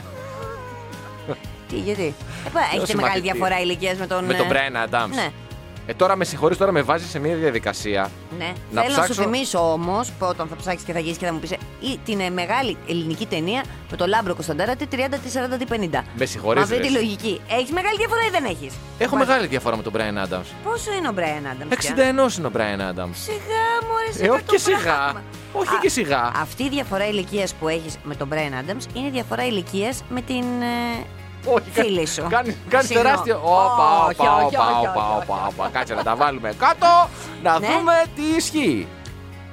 S4: Τι, γιατί. Ε, πα, έχετε
S3: συμμαχητή.
S4: μεγάλη διαφορά ηλικίας με τον.
S3: με τον
S4: ε,
S3: Brian Adams.
S4: Ναι.
S3: Ε, τώρα με συγχωρείς, τώρα με βάζεις σε μια διαδικασία.
S4: Ναι.
S3: Να
S4: Θέλω να σου
S3: ψάξω-
S4: θυμίσω όμως, όταν θα ψάξεις και θα γυρίσεις και θα μου πεις την ε, μεγάλη ελληνική ταινία με τον Λάμπρο Κωνσταντάρα, τι 30, τι 40, τι 50.
S3: Με συγχωρείς,
S4: Αυτή
S3: ρε,
S4: τη
S3: εσύ.
S4: λογική. Έχεις μεγάλη διαφορά ή δεν έχεις.
S3: Έχω μεγάλη διαφορά με τον Brian Adams.
S4: Πόσο είναι ο Μπρέν Άνταμ.
S3: 61 είναι ο Brian Adams.
S4: Σιγά, μωρέ,
S3: Ε,
S4: σιγά.
S3: όχι και σιγά. Όχι και σιγά.
S4: Αυτή η διαφορά ηλικίας που έχεις με τον Μπρέν Άνταμ είναι η διαφορά ηλικίας με την. ε,
S3: Όχι, κα-
S4: Φίλη σου.
S3: Κάνει κάνεις
S4: Συγγνώμη.
S3: τεράστιο. Όπα,
S4: Όχι,
S3: όπα,
S4: όχι,
S3: όπα,
S4: όχι,
S3: όπα,
S4: όχι,
S3: όπα, όπα. Κάτσε να τα βάλουμε κάτω, να
S4: Ναι.
S3: δούμε τι ισχύει.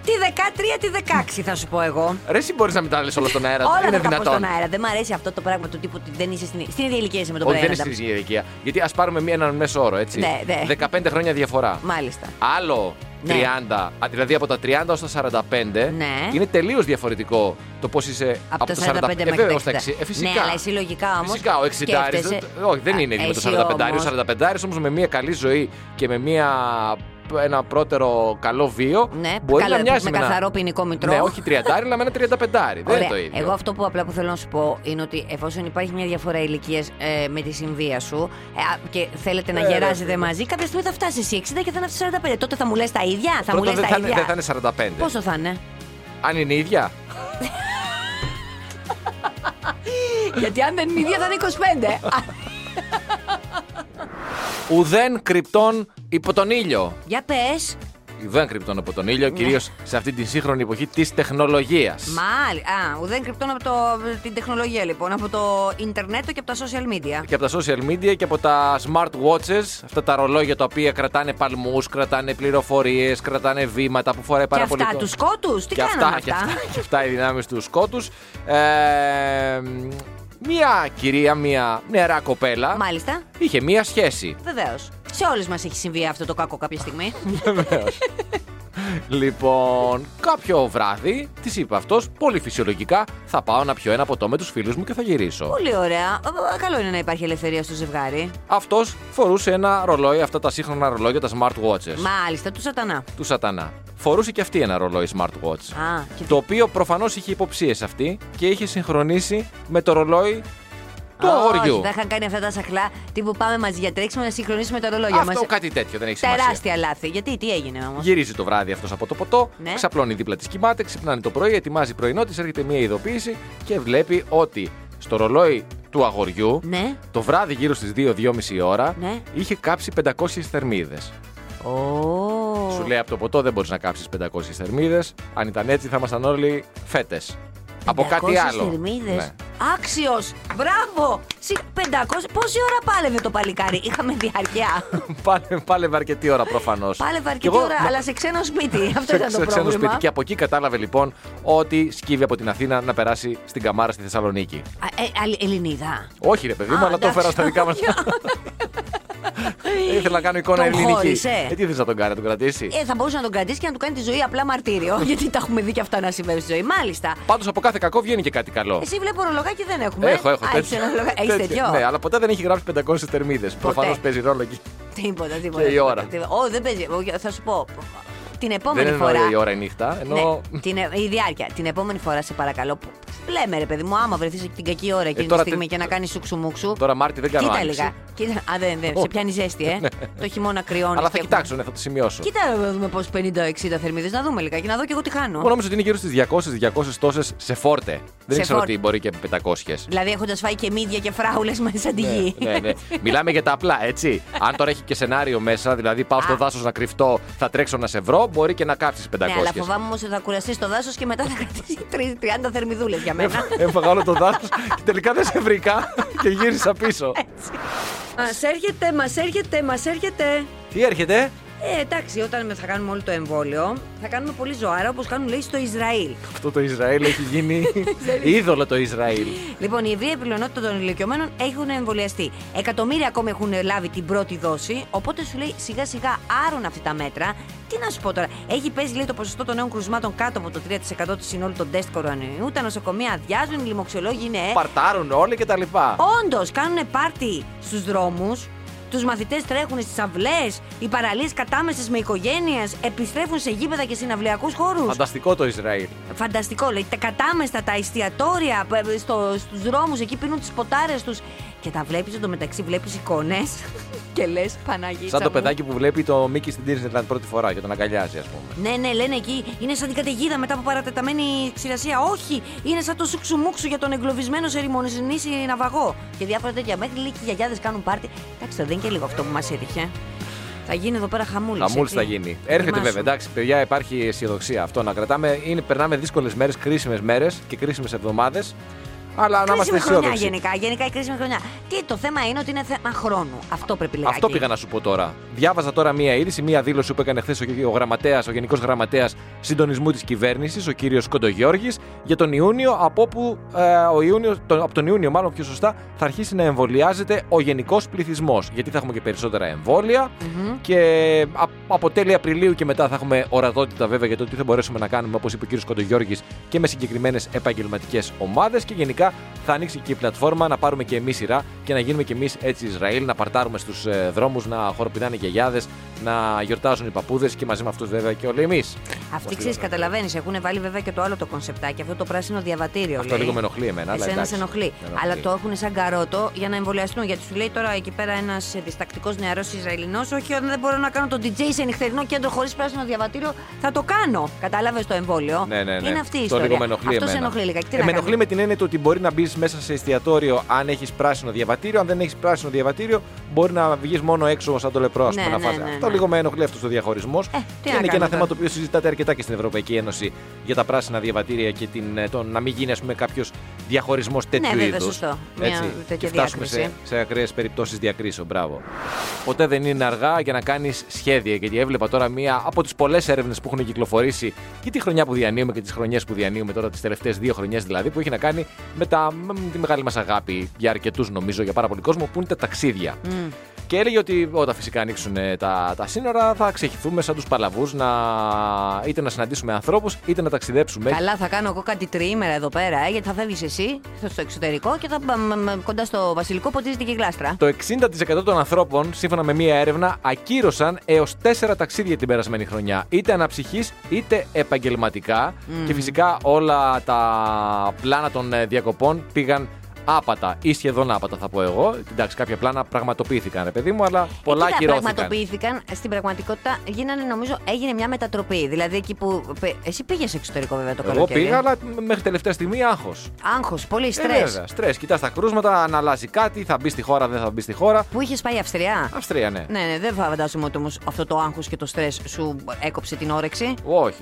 S4: Τη 13, τη 16 θα σου πω εγώ.
S3: Ρε, εσύ μπορείς να μην τα λες όλα στον αέρα.
S4: Όλα
S3: δεν
S4: θα
S3: Ε, είναι
S4: τα πω στον
S3: δυνατόν.
S4: αέρα. Δεν μ' αρέσει αυτό το πράγμα του τύπου ότι δεν είσαι στην, στην ίδια ηλικία είσαι με τον
S3: Όχι, δεν
S4: Brian
S3: είναι
S4: Adams.
S3: στην ίδια ηλικία. Γιατί ας πάρουμε μία- έναν μέσο όρο, έτσι.
S4: Ναι, ναι.
S3: 15 χρόνια διαφορά.
S4: Μάλιστα.
S3: Άλλο
S4: Ναι.
S3: 30, α, δηλαδή από τα 30 ως τα 45,
S4: Ναι.
S3: είναι τελείως διαφορετικό το πώς είσαι
S4: Από, το
S3: ε,
S4: 45 μέχρι
S3: βέβαια,
S4: το
S3: ως τα
S4: 60.
S3: 60. Ε, φυσικά.
S4: Ναι, αλλά εσύ λογικά όμως.
S3: Φυσικά, ο 60 Όχι, δεν είναι ίδιο με το 45. Ο 45 όμω με μια καλή ζωή και με μια, ένα πρώτερο καλό βίο.
S4: Ναι,
S3: μπορεί
S4: καλό,
S3: να μοιάζει
S4: με
S3: ένα-
S4: καθαρό ποινικό μητρό.
S3: Ναι, όχι 30, αλλά με ένα 35. Δεν είναι το ίδιο.
S4: Εγώ αυτό που απλά που θέλω να σου πω είναι ότι εφόσον υπάρχει μια διαφορά ηλικίας με τη συμβία σου ε, α, και θέλετε να
S3: Ε, ρε,
S4: γεράζετε μαζί, κάποια στιγμή θα φτάσεις εσύ 60 και θα είναι αυτή 45. Τότε θα μου λες τα ίδια. Θα μου
S3: Πρώτον,
S4: λε
S3: Ε, δεν
S4: τα
S3: θα, είναι-
S4: ίδια.
S3: δεν θα είναι 45.
S4: Πόσο θα είναι.
S3: Αν είναι ίδια.
S4: Γιατί αν δεν είναι ίδια θα είναι 25. Α,
S3: Ουδέν κρυπτών υπό τον ήλιο.
S4: Για πες.
S3: Ουδέν κρυπτών υπό τον
S4: Ναι.
S3: ήλιο, κυρίως σε αυτή τη σύγχρονη εποχή της τεχνολογίας.
S4: Μάλιστα. Α, ουδέν κρυπτών από το, την τεχνολογία λοιπόν, από το Ιντερνετ και από τα social media.
S3: και από τα social media και από τα smart watches, αυτά τα ρολόγια τα οποία κρατάνε παλμούς, κρατάνε πληροφορίες, κρατάνε βήματα που φοράει πάρα
S4: και
S3: πολύ.
S4: αυτά
S3: κο-
S4: τους σκότους. Τι
S3: και
S4: κάνανε
S3: αυτά, και αυτά, και αυτά οι δυνάμεις τους σκότους. Ε, μ, μία κυρία, μία νεαρά κοπέλα,
S4: Μάλιστα.
S3: είχε μία σχέση.
S4: Βεβαίως. Σε όλες μας έχει συμβεί αυτό το κακό κάποια στιγμή.
S3: Λοιπόν, κάποιο βράδυ της είπε αυτός, πολύ φυσιολογικά, θα πάω να πιω ένα ποτό με τους φίλους μου και θα γυρίσω.
S4: Πολύ ωραία. Ε, Καλό είναι να υπάρχει ελευθερία στο ζευγάρι.
S3: Αυτός φορούσε ένα ρολόι, αυτά τα σύγχρονα ρολόγια, τα smart watches.
S4: Μάλιστα, του σατανά.
S3: του Σατανά. Φορούσε και αυτή ένα ρολόι smartwatch.
S4: Α, και-
S3: Το οποίο προφανώς είχε υποψίες αυτή και είχε συγχρονίσει με το ρολόι του
S4: Όχι,
S3: αγοριού.
S4: Θα είχαν κάνει αυτά τα σαχλά τύπου πάμε μαζί για τρέξιμο να συγχρονίσουμε τα ρολόγια μα.
S3: Αυτό κάτι τέτοιο δεν έχει σημασία.
S4: Τεράστια λάθη. Γιατί, τι έγινε όμως.
S3: Γυρίζει το βράδυ αυτός από το ποτό,
S4: Ναι.
S3: ξαπλώνει δίπλα της, κοιμάται, ξυπνάνε το πρωί, ετοιμάζει πρωινό της, έρχεται μια ειδοποίηση και βλέπει ότι στο ρολόι του αγοριού
S4: Ναι.
S3: το βράδυ γύρω στις 2-2.30 η ώρα
S4: Ναι.
S3: είχε κάψει 500 θερμίδες.
S4: Ω.
S3: Σου λέει από το ποτό δεν μπορείς να κάψεις 500 θερμίδες. Αν ήταν έτσι θα ήμασταν όλοι φέτες. Από κάτι
S4: 500
S3: άλλο.
S4: θερμίδες.
S3: Ναι.
S4: Άξιος. Μπράβο. Συ- 500. Πόση ώρα πάλευε το παλικάρι. Είχαμε διαρκεία.
S3: Πάλε, πάλευε αρκετή ώρα προφανώς.
S4: Πάλευε αρκετή
S3: Εγώ- ναι,
S4: ώρα, αλλά σε ξένο σπίτι. Αυτό
S3: σε-
S4: ήταν το
S3: σε ξένο
S4: πρόβλημα.
S3: σπίτι. Και από εκεί κατάλαβε λοιπόν ότι σκύβει από την Αθήνα να περάσει στην Καμάρα στη Θεσσαλονίκη.
S4: Α, ε, α, Ελληνίδα.
S3: Όχι ρε παιδί μου,
S4: Α,
S3: αλλά το
S4: εντάξει.
S3: έφερα στα δικά μα. Ε, Ήθελα να κάνω εικόνα
S4: Τον
S3: ελληνική.
S4: χώρισε.
S3: Ε, τι θες να τον κάνει, να τον κρατήσει.
S4: Ε, θα μπορούσε να τον κρατήσει και να του κάνει τη ζωή απλά μαρτύριο. γιατί τα έχουμε δει και αυτά να συμβαίνουν στη ζωή. Μάλιστα.
S3: Πάντως από κάθε κακό βγαίνει και κάτι καλό.
S4: Εσύ βλέπω ρολογάκι δεν έχουμε.
S3: Έχω, έχω.
S4: Α, έχεις
S3: τέτοιο.
S4: ένα ρολογάκι. Έχεις
S3: Τέτοιο.
S4: τέτοιο.
S3: Ναι, αλλά ποτέ δεν έχει γράψει 500 θερμίδε. Προφανώς παίζει ρόλο εκεί.
S4: Τίποτα, τίποτα.
S3: Και η
S4: τίποτα,
S3: ώρα.
S4: τίποτα. Ω, δεν παίζει. Εγώ Θα σου πω. την
S3: Δεν
S4: επόμενη
S3: είναι
S4: φορά.
S3: ωραία η ώρα η νύχτα. Ενώ.
S4: Ναι, την, ε- η διάρκεια. Την επόμενη φορά, σε παρακαλώ. που- Λέμε ρε παιδί μου, άμα βρεθείς εκεί την κακή ώρα εκείνη
S3: Ε, τώρα
S4: τη στιγμή
S3: τε-
S4: και να κάνεις σουξουμούξου.
S3: Τώρα Μάρτι δεν κάνω
S4: Κοίτα
S3: άνοιξη. Ναι.
S4: λίγα. Κοίτα, α, δεν, δεν, σε πιάνει ζέστη, ε. το χειμώνα κρυώνει.
S3: Αλλά
S4: και
S3: θα
S4: έχουμε-
S3: κοιτάξω, ναι, θα το σημειώσω.
S4: Κοίτα να δούμε πώς 50-60 θερμίδες, να δούμε λίγα και να δω και εγώ τι χάνω.
S3: Εγώ νομίζω ότι είναι γύρω στις 200-200 τόσες σε φόρτε. Δεν
S4: Σε
S3: ήξερα
S4: φόρτε.
S3: ότι μπορεί και 500.
S4: Δηλαδή έχοντας φάει και μύδια και φράουλες μέσα σαν τη γη.
S3: ναι, ναι. Μιλάμε για τα απλά, έτσι. Αν τώρα έχει και σενάριο μέσα, δηλαδή πάω στο
S4: Α.
S3: δάσος να κρυφτώ, θα τρέξω να σε βρω, μπορεί και να κάψεις 500.
S4: Ναι, αλλά φοβάμαι όμως ότι θα κουραστείς στο δάσος και μετά θα κρατήσει τρεις- 30 θερμιδούλες για μένα.
S3: Έφαγα όλο Ε, το δάσος και τελικά δεν σε βρήκα και γύρισα πίσω.
S4: Μας έρχεται, μας έρχεται, μας έρχεται.
S3: Τι έρχεται,
S4: Ε, εντάξει, όταν με- θα κάνουμε όλο το εμβόλιο, θα κάνουμε πολύ ζωάρα όπως κάνουν λέει στο Ισραήλ.
S3: Αυτό το Ισραήλ έχει γίνει είδωλο το Ισραήλ.
S4: Λοιπόν, η ευρία πλειονότητα των ηλικιωμένων έχουν εμβολιαστεί. Εκατομμύρια ακόμη έχουν λάβει την πρώτη δόση. Οπότε σου λέει σιγά σιγά άρουν αυτή τα μέτρα. Τι να σου πω τώρα. Έχει πέσει λέει, το ποσοστό των νέων κρουσμάτων κάτω από το 3% του συνόλου των τεστ κορονοϊού. Τα νοσοκομεία αδειάζουν, οι λοιμοξιολόγοι είναι έξω.
S3: Παρτάρουν όλοι και τα λοιπά.
S4: Όντως, κάνουν πάρτι στους δρόμους. Τους μαθητές τρέχουν στις αυλές. Οι παραλίες κατάμεσες με οικογένειες επιστρέφουν σε γήπεδα και συναυλιακούς χώρους.
S3: Φανταστικό το Ισραήλ.
S4: Φανταστικό, λέει. Τα κατάμεστα, τα εστιατόρια, π- ε, στο, στους δρόμους, εκεί πίνουν τις ποτάρες τους. Και τα βλέπεις, εντωμεταξύ βλέπεις εικόνες και λες Παναγίτσα
S3: Σαν το
S4: μου».
S3: παιδάκι που βλέπει το Μίκη στην Disneyland πρώτη φορά και τον αγκαλιάζει, ας πούμε.
S4: Ναι, ναι, λένε εκεί είναι σαν την καταιγίδα μετά από παρατεταμένη ξηρασία. Όχι, είναι σαν το σουξουμούξου για τον εγκλωβισμένο σε ρημονισνή ναυαγό. Και διάφορα τέτοια. Μέχρι λίγοι γιαγιάδες κάνουν πάρτι. Εντάξει, το δεν είναι και λίγο αυτό που μας έτυχε. Θα γίνει εδώ πέρα χαμούλης.
S3: Χαμούλης θα γίνει. Έρχεται βέβαια. Εντάξει, παιδιά, υπάρχει αισιοδοξία αυτό να κρατάμε. Είναι, περνάμε δύσκολες μέρες, κρίσιμες μέρες και κρίσιμες εβδομάδες. Αλλά να είμαστε
S4: Κρίσιμη χρονιά
S3: αισιόδοξοι.
S4: γενικά, γενικά η κρίσιμη χρονιά. Τι το θέμα είναι ότι είναι θέμα χρόνου. Αυτό πρέπει λιγάκι.
S3: Αυτό πήγα να σου πω τώρα. Διάβαζα τώρα μία είδηση, μία δήλωση που έκανε χθες ο, γραμματέας, ο Γενικός Γραμματέας Συντονισμού της Κυβέρνησης, ο κύριος Κοντογιώργης, για τον Ιούνιο, από όπου ε, ο Ιούνιος, τον, από τον Ιούνιο, μάλλον πιο σωστά, θα αρχίσει να εμβολιάζεται ο γενικός πληθυσμός. Γιατί θα έχουμε και περισσότερα εμβόλια
S4: Μμμ.
S3: και α- από τέλη Απριλίου και μετά θα έχουμε ορατότητα βέβαια για το τι θα μπορέσουμε να κάνουμε, όπως είπε ο κύριος Κοντογιώργης, και με συγκεκριμένες επαγγελματικές ομάδες. Και γενικά θα ανοίξει και η πλατφόρμα να πάρουμε και εμείς σειρά και να γίνουμε και εμείς έτσι Ισραήλ, να παρτάρουμε στους δρόμους, να χοροπηδάνε γιαγιάδε, να γιορτάζουν οι παππούδες και μαζί με αυτούς βέβαια και όλοι εμείς.
S4: Αυτοί ξέρει, καταλαβαίνει, έχουν βάλει βέβαια και το άλλο το κονσεπτάκι, αυτό το πράσινο διαβατήριο.
S3: Αυτό
S4: λέει.
S3: λίγο με ενοχλεί εμένα. αλλά
S4: Εσένα
S3: εντάξει.
S4: σε ενοχλεί.
S3: Με ενοχλεί.
S4: Αλλά το έχουν σαν καρότο για να εμβολιαστούν. Γιατί σου λέει τώρα εκεί πέρα ένας διστακτικός νεαρός Ισραηλινός, Όχι, όταν δεν μπορώ να κάνω τον DJ σε νυχτερινό κέντρο χωρίς πράσινο διαβατήριο, θα το κάνω. Κατάλαβες το εμβόλιο.
S3: Ναι, ναι, ναι.
S4: Είναι αυτή η
S3: Το
S4: ιστορία.
S3: λίγο με ενοχλεί.
S4: Αυτό σε
S3: εμένα.
S4: ενοχλεί λιγάκι. Τι
S3: Ε,
S4: να
S3: με
S4: κάνουμε.
S3: ενοχλεί με την έννοια του ότι μπορεί να μπεις μέσα σε εστιατόριο αν έχεις πράσινο διαβατήριο. Αν δεν έχεις πράσινο διαβατήριο, μπορεί να βγεις μόνο έξω σαν το λεπρό, ας
S4: Ναι,
S3: πούμε, να
S4: ναι,
S3: φας.
S4: ναι,
S3: Αυτό
S4: ναι. Ε,
S3: λίγο με ενοχλεί αυτός ο διαχωρισμός.
S4: να
S3: είναι
S4: κάνουμε
S3: και ένα
S4: τώρα.
S3: θέμα το οποίο συζητάται αρκετά και στην Ευρωπαϊκή Ένωση για τα πράσινα διαβατήρια και την, ε, το να μην γίνει κάποιος διαχωρισμός τέτοιου
S4: Ναι, βέβαια,
S3: είδους.
S4: σωστό. Μια
S3: Έτσι.
S4: τέτοια
S3: και φτάσουμε σε,
S4: διάκριση.
S3: σε ακραίες περιπτώσεις διακρίσεων. Μπράβο. Ποτέ δεν είναι αργά για να κάνεις σχέδια. Γιατί έβλεπα τώρα μία από τις πολλές έρευνες που έχουν κυκλοφορήσει και τη χρονιά που διανύουμε και τις χρονιές που διανύουμε τώρα, τις τελευταίες δύο χρονιές δηλαδή, που έχει να κάνει με, τα, με τη μεγάλη μας αγάπη για αρκετούς νομίζω, για πάρα πολύ κόσμο, που είναι τα ταξίδια.
S4: Μμμ.
S3: Και έλεγε ότι όταν φυσικά ανοίξουν ε, τα, τα σύνορα θα ξεχυθούμε σαν τους παλαβούς να είτε να συναντήσουμε ανθρώπους είτε να ταξιδέψουμε.
S4: Καλά, θα κάνω εγώ κάτι τριήμερα εδώ πέρα, ε, γιατί θα φεύγεις εσύ στο εξωτερικό και θα μ, μ, μ, κοντά στο Βασιλικό ποτίζεται και η γλάστρα.
S3: Το 60% των ανθρώπων, σύμφωνα με μία έρευνα, ακύρωσαν έως 4 ταξίδια την περασμένη χρονιά. Είτε αναψυχής είτε επαγγελματικά. Και φυσικά όλα τα πλάνα των ε, διακοπών πήγαν άπατα ή σχεδόν άπατα, θα πω εγώ. Εντάξει, κάποια πλάνα πραγματοποιήθηκαν, ρε παιδί μου, αλλά πολλά
S4: Ε, Κοίτα,
S3: ακυρώθηκαν.
S4: πραγματοποιήθηκαν. Στην πραγματικότητα γίνανε, νομίζω, έγινε μια μετατροπή. Δηλαδή εκεί που. πε- Εσύ πήγες εξωτερικό, βέβαια το
S3: Εγώ
S4: καλοκαίρι.
S3: πήγα, αλλά μέχρι τελευταία στιγμή άγχος.
S4: Άγχος, πολύ
S3: Ε,
S4: στρε.
S3: βέβαια. Στρε. Κοιτάς τα κρούσματα, αν αλλάζει κάτι, θα μπει στη χώρα, δεν θα μπει στη χώρα.
S4: Πού είχες πάει Αυστρία.
S3: Αυστρία, ναι.
S4: Ναι, ναι, δεν φαντάζομαι ότι όμως αυτό το άγχος και το στρε σου έκοψε την όρεξη.
S3: Όχι.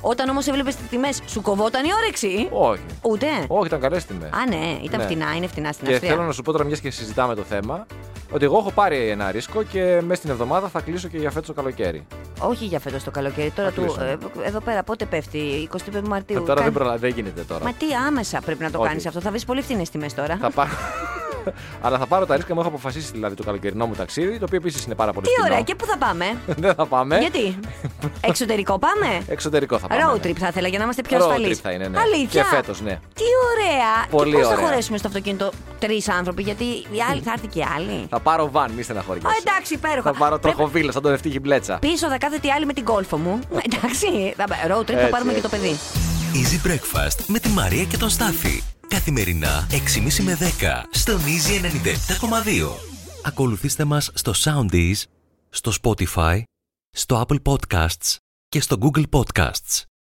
S4: Όταν όμως έβλεπες τις τιμές, σου κοβόταν η όρεξη.
S3: Όχι.
S4: Ούτε.
S3: Όχι, ήταν καλές τιμές.
S4: Α, ναι, ήταν
S3: Ναι.
S4: φτηνά, είναι φτηνά στην
S3: Και
S4: Αυστρία.
S3: θέλω να σου πω τώρα, μιας και συζητάμε το θέμα, ότι εγώ έχω πάρει ένα ρίσκο και μέσα στην εβδομάδα θα κλείσω και για φέτος το καλοκαίρι.
S4: Όχι για φέτος το καλοκαίρι. Τώρα του.
S3: κλείσαμε.
S4: ε, εδώ πέρα πότε πέφτει, 25 Μαρτίου.
S3: Ε, τώρα
S4: Κάν-
S3: δεν, προλα... δεν γίνεται τώρα.
S4: Μα τι άμεσα πρέπει να το
S3: Όχι.
S4: κάνεις αυτό. Θα βρεις πολύ φθηνέ τιμές τώρα.
S3: θα πάρω. Αλλά θα πάρω τα ρίσκα μου. Έχω αποφασίσει δηλαδή το καλοκαιρινό μου ταξίδι, το οποίο επίσης είναι πάρα πολύ
S4: Τι
S3: φτηνό.
S4: ωραία, και πού θα πάμε.
S3: Δεν θα πάμε.
S4: Γιατί. Εξωτερικό πάμε.
S3: Εξωτερικό Ε? θα πάμε.
S4: Road
S3: ναι.
S4: trip θα ήθελα για να είμαστε πιο
S3: Road
S4: ασφαλείς.
S3: trip θα είναι, ναι.
S4: Αλήθεια.
S3: Και φέτος, ναι.
S4: Τι ωραία.
S3: Πολύ
S4: και πώς θα
S3: ωραία.
S4: χωρέσουμε στο αυτοκίνητο τρεις άνθρωποι, γιατί οι άλλοι θα έρθει και οι άλλοι.
S3: Θα πάρω βαν, μη στεναχωριέσαι.
S4: Α, εντάξει, υπέροχα.
S3: Θα πάρω
S4: Πρέπει-
S3: τροχοβίλα, σαν τον ευτύχη μπλέτσα.
S4: Πίσω θα κάθεται η άλλη με την κόλφο μου. Εντάξει. θα- Road trip θα
S3: Έτσι,
S4: πάρουμε και το
S3: έτσι.
S4: παιδί.
S2: Easy Breakfast με τη Μαρία και τον Στάφη. Καθημερινά 6.30 με 10 στον Easy 97.2. Ακολουθήστε μας στο Soundees, στο Spotify, στο Apple Podcasts και στο Google Podcasts.